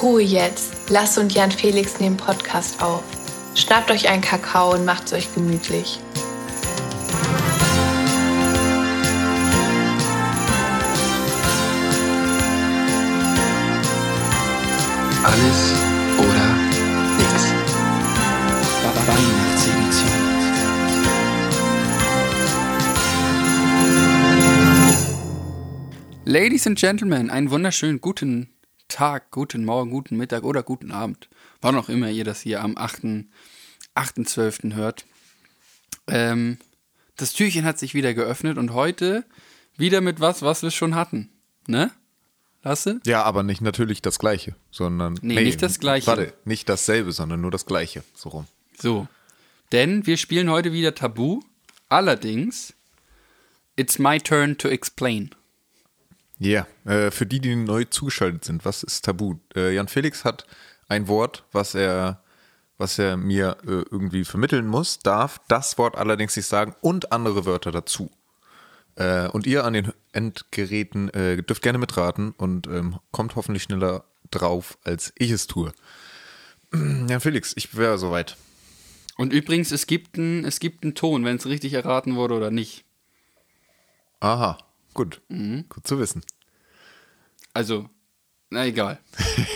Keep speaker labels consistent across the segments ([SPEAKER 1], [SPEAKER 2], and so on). [SPEAKER 1] Ruhe jetzt. Lasst und Jan Felix nehmen Podcast auf. Schnappt euch einen Kakao und macht's euch gemütlich.
[SPEAKER 2] Alles oder nichts.
[SPEAKER 3] Weihnachtsedition.
[SPEAKER 4] Ladies and Gentlemen, einen wunderschönen guten Tag, guten Morgen, guten Mittag oder guten Abend. Wann auch immer ihr das hier am 8. 8.12. hört. Ähm, das Türchen hat sich wieder geöffnet und heute wieder mit was, was wir schon hatten. Ne? Lasse?
[SPEAKER 5] Ja, aber nicht natürlich das Gleiche, sondern.
[SPEAKER 4] Nee, nicht das Gleiche.
[SPEAKER 5] Warte, nicht dasselbe, sondern nur das Gleiche. So rum.
[SPEAKER 4] So. Denn wir spielen heute wieder Tabu. Allerdings, it's my turn to explain.
[SPEAKER 5] Ja, äh, für die, die neu zugeschaltet sind, was ist Tabu? Äh, Jan Felix hat ein Wort, was er, was er mir äh, irgendwie vermitteln muss, darf das Wort allerdings nicht sagen und andere Wörter dazu. Äh, und ihr an den Endgeräten äh, dürft gerne mitraten und ähm, kommt hoffentlich schneller drauf, als ich es tue. Jan Felix, ich wäre soweit.
[SPEAKER 4] Und übrigens, es gibt einen es gibt einen Ton, wenn es richtig erraten wurde oder nicht.
[SPEAKER 5] Aha, gut.
[SPEAKER 4] Mhm.
[SPEAKER 5] Gut zu wissen.
[SPEAKER 4] Also, na egal.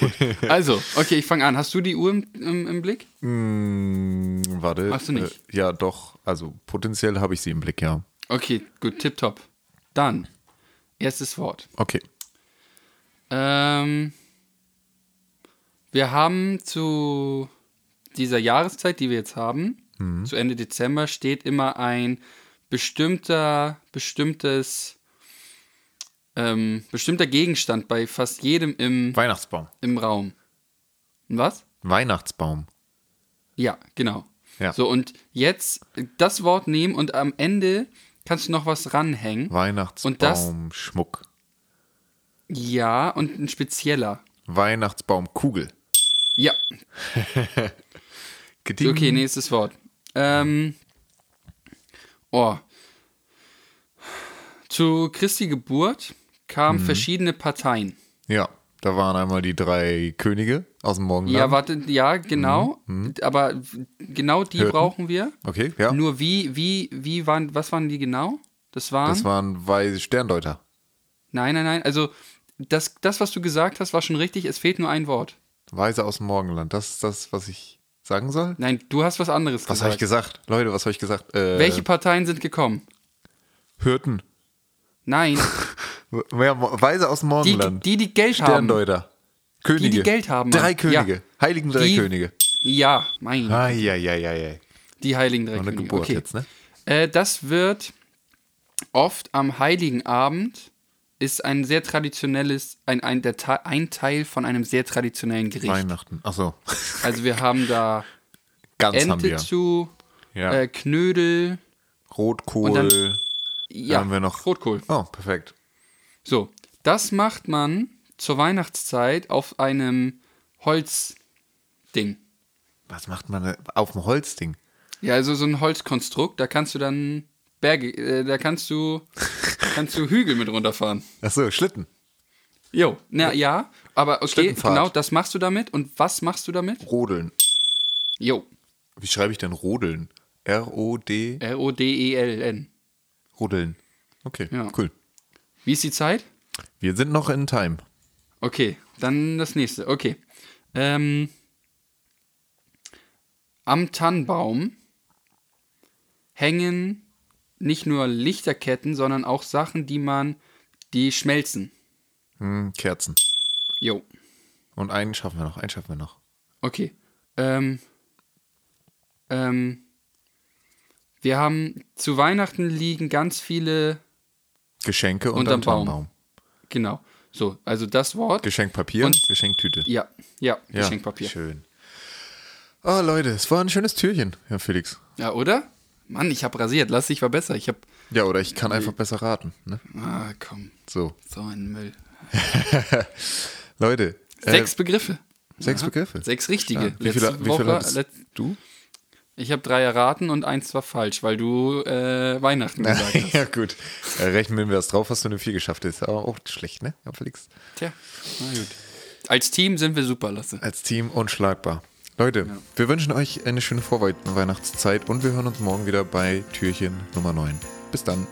[SPEAKER 4] Gut. also, okay, ich fange an. Hast du die Uhr im, im, im Blick?
[SPEAKER 5] Hm, warte.
[SPEAKER 4] Hast du nicht?
[SPEAKER 5] Äh, ja, doch. Also potenziell habe ich sie im Blick, ja.
[SPEAKER 4] Okay, gut, tipptopp. Dann, erstes Wort.
[SPEAKER 5] Okay.
[SPEAKER 4] Ähm, wir haben zu dieser Jahreszeit, die wir jetzt haben, zu Ende Dezember, steht immer ein bestimmter, bestimmtes, ähm, bestimmter Gegenstand bei fast jedem im,
[SPEAKER 5] Weihnachtsbaum.
[SPEAKER 4] im Raum. Und was?
[SPEAKER 5] Weihnachtsbaum.
[SPEAKER 4] Ja, genau.
[SPEAKER 5] Ja.
[SPEAKER 4] So, und jetzt äh, das Wort nehmen und am Ende kannst du noch was ranhängen. Und das,
[SPEAKER 5] Weihnachtsbaumschmuck.
[SPEAKER 4] ja, und ein spezieller.
[SPEAKER 5] Weihnachtsbaumkugel.
[SPEAKER 4] Ja,
[SPEAKER 5] Geding.
[SPEAKER 4] Okay, ne- nächstes Wort. Ähm, oh. Zu Christi Geburt kamen
[SPEAKER 5] Mhm.
[SPEAKER 4] verschiedene Parteien.
[SPEAKER 5] Ja, da waren einmal die drei Könige aus dem Morgenland.
[SPEAKER 4] Ja, warte, ja, genau. Aber w- genau die
[SPEAKER 5] Mhm. Hirten.
[SPEAKER 4] brauchen wir.
[SPEAKER 5] Okay, ja.
[SPEAKER 4] Nur wie, wie, wie waren, was waren die genau? Das waren.
[SPEAKER 5] das waren weiße Sterndeuter.
[SPEAKER 4] nein, nein, nein. Also, das, das, was du gesagt hast, war schon richtig. Es fehlt nur ein Wort.
[SPEAKER 5] Weise aus dem Morgenland. Das ist das, was ich sagen soll?
[SPEAKER 4] Nein, du hast Also was anderes
[SPEAKER 5] Was
[SPEAKER 4] gesagt.
[SPEAKER 5] habe ich gesagt? Leute, was habe ich gesagt? Äh,
[SPEAKER 4] Welche Parteien sind gekommen?
[SPEAKER 5] Hirten.
[SPEAKER 4] Nein,
[SPEAKER 5] Ja, Mo- Weise aus dem
[SPEAKER 4] die,
[SPEAKER 5] Morgenland.
[SPEAKER 4] die, die Geld haben.
[SPEAKER 5] Sterndeuter. Könige.
[SPEAKER 4] Die, die Geld haben, Mann.
[SPEAKER 5] Drei
[SPEAKER 4] Ja.
[SPEAKER 5] Könige. Heiligen drei
[SPEAKER 4] Die-
[SPEAKER 5] Könige.
[SPEAKER 4] Ja, mein.
[SPEAKER 5] Eieieiei.
[SPEAKER 4] Die Heiligen Drei
[SPEAKER 5] Noch eine
[SPEAKER 4] Könige.
[SPEAKER 5] Geburt
[SPEAKER 4] okay.
[SPEAKER 5] jetzt, ne?
[SPEAKER 4] äh, das wird oft am Heiligen Abend ist ein sehr traditionelles, ein, ein, der, Te- ein Teil von einem sehr traditionellen Gericht.
[SPEAKER 5] Weihnachten. Achso.
[SPEAKER 4] Also wir haben da
[SPEAKER 5] Ganz haben
[SPEAKER 4] Ente
[SPEAKER 5] wir.
[SPEAKER 4] zu,
[SPEAKER 5] Ja.
[SPEAKER 4] äh, Knödel,
[SPEAKER 5] Rotkohl.
[SPEAKER 4] Und dann- ja,
[SPEAKER 5] haben wir noch-
[SPEAKER 4] Rotkohl.
[SPEAKER 5] Oh, perfekt.
[SPEAKER 4] So, das macht man zur Weihnachtszeit auf einem Holzding.
[SPEAKER 5] Was macht man da auf dem Holzding?
[SPEAKER 4] Ja, also so ein Holzkonstrukt, da kannst du dann Berge, äh, da kannst du, kannst du Hügel mit runterfahren.
[SPEAKER 5] Achso, Schlitten.
[SPEAKER 4] Jo, na ja, aber okay,
[SPEAKER 5] Schlittenfahrt.
[SPEAKER 4] genau, das machst du damit. Und was machst du damit?
[SPEAKER 5] Rodeln.
[SPEAKER 4] Jo,
[SPEAKER 5] Wie schreibe ich denn Rodeln? R-O-D.
[SPEAKER 4] E R-O-D-E-L-N.
[SPEAKER 5] Rodeln. Okay,
[SPEAKER 4] Ja.
[SPEAKER 5] cool.
[SPEAKER 4] Wie ist die Zeit?
[SPEAKER 5] Wir sind noch in Time.
[SPEAKER 4] Okay, dann das nächste. Okay. Ähm, am Tannenbaum hängen nicht nur Lichterketten, sondern auch Sachen, die man, die schmelzen.
[SPEAKER 5] Hm, Kerzen.
[SPEAKER 4] Jo,
[SPEAKER 5] Und einen schaffen wir noch, einen schaffen wir noch.
[SPEAKER 4] okay. Ähm, ähm, wir haben, zu Weihnachten liegen ganz viele
[SPEAKER 5] Geschenke und
[SPEAKER 4] Unterm
[SPEAKER 5] dann
[SPEAKER 4] Baum.
[SPEAKER 5] Baum.
[SPEAKER 4] Genau. So, also das Wort.
[SPEAKER 5] Geschenkpapier
[SPEAKER 4] Und-
[SPEAKER 5] und Geschenktüte.
[SPEAKER 4] ja, ja,
[SPEAKER 5] Ja,
[SPEAKER 4] Geschenkpapier.
[SPEAKER 5] Schön. Oh, Leute, es war ein schönes Türchen, Herr Felix.
[SPEAKER 4] Ja, oder? Mann, ich hab rasiert. Lass dich war besser. Ich hab.
[SPEAKER 5] Ja, oder ich kann einfach besser raten. Ne?
[SPEAKER 4] Ah, komm.
[SPEAKER 5] So.
[SPEAKER 4] So ein Müll.
[SPEAKER 5] Leute. äh,
[SPEAKER 4] Sechs Begriffe.
[SPEAKER 5] sechs Begriffe.
[SPEAKER 4] Sechs richtige.
[SPEAKER 5] Ja. Wie viele, wie viele hattest
[SPEAKER 4] letz-
[SPEAKER 5] du?
[SPEAKER 4] ich habe drei erraten und eins war falsch, weil du äh, Weihnachten gesagt hast.
[SPEAKER 5] ja, gut. Äh, Rechnen wir das drauf, hast du eine vier geschafft. Ist aber auch schlecht, ne, Herr Felix?
[SPEAKER 4] Tja, na gut. Als Team sind wir super, Lasse.
[SPEAKER 5] Als Team unschlagbar. Leute, wir wünschen euch eine schöne Vorweihnachtszeit und wir hören uns morgen wieder bei Türchen Nummer 9. Bis dann.